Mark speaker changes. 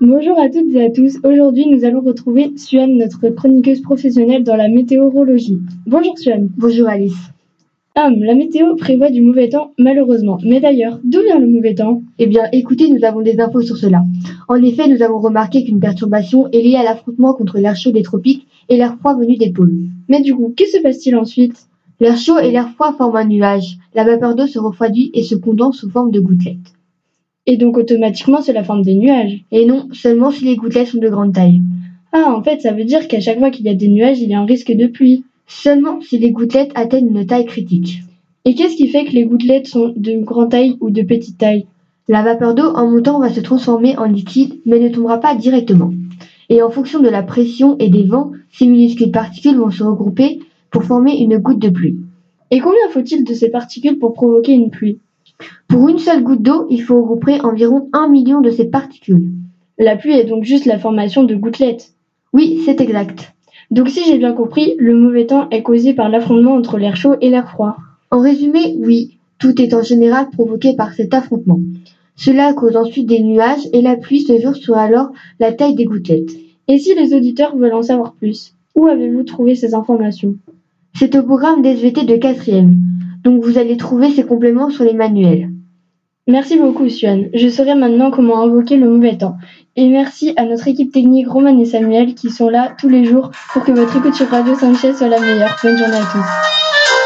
Speaker 1: Bonjour à toutes et à tous. Aujourd'hui, nous allons retrouver Suanne, notre chroniqueuse professionnelle dans la météorologie. Bonjour Suanne.
Speaker 2: Bonjour Alice.
Speaker 1: Hum, la météo prévoit du mauvais temps, malheureusement. Mais d'ailleurs, d'où vient le mauvais temps
Speaker 2: Eh bien, écoutez, nous avons des infos sur cela. En effet, nous avons remarqué qu'une perturbation est liée à l'affrontement contre l'air chaud des tropiques et l'air froid venu des pôles.
Speaker 1: Mais du coup, que se passe-t-il ensuite
Speaker 2: L'air chaud et l'air froid forment un nuage. La vapeur d'eau se refroidit et se condense sous forme de gouttelettes.
Speaker 1: Et donc automatiquement, c'est la forme des nuages.
Speaker 2: Et non, seulement si les gouttelettes sont de grande taille.
Speaker 1: Ah, en fait, ça veut dire qu'à chaque fois qu'il y a des nuages, il y a un risque de pluie.
Speaker 2: Seulement si les gouttelettes atteignent une taille critique.
Speaker 1: Et qu'est-ce qui fait que les gouttelettes sont de grande taille ou de petite taille
Speaker 2: La vapeur d'eau en montant va se transformer en liquide mais ne tombera pas directement. Et en fonction de la pression et des vents, ces minuscules particules vont se regrouper pour former une goutte de pluie.
Speaker 1: Et combien faut-il de ces particules pour provoquer une pluie
Speaker 2: Pour une seule goutte d'eau, il faut regrouper environ un million de ces particules.
Speaker 1: La pluie est donc juste la formation de gouttelettes.
Speaker 2: Oui, c'est exact.
Speaker 1: Donc si j'ai bien compris, le mauvais temps est causé par l'affrontement entre l'air chaud et l'air froid.
Speaker 2: En résumé, oui, tout est en général provoqué par cet affrontement. Cela cause ensuite des nuages et la pluie se jure sur alors la taille des gouttelettes.
Speaker 1: Et si les auditeurs veulent en savoir plus, où avez-vous trouvé ces informations
Speaker 2: C'est au programme d'SVT de quatrième, donc vous allez trouver ces compléments sur les manuels.
Speaker 1: Merci beaucoup, Suan. Je saurai maintenant comment invoquer le mauvais temps. Et merci à notre équipe technique, Roman et Samuel, qui sont là tous les jours pour que votre écoute sur Radio Sanchez soit la meilleure. Bonne journée à tous.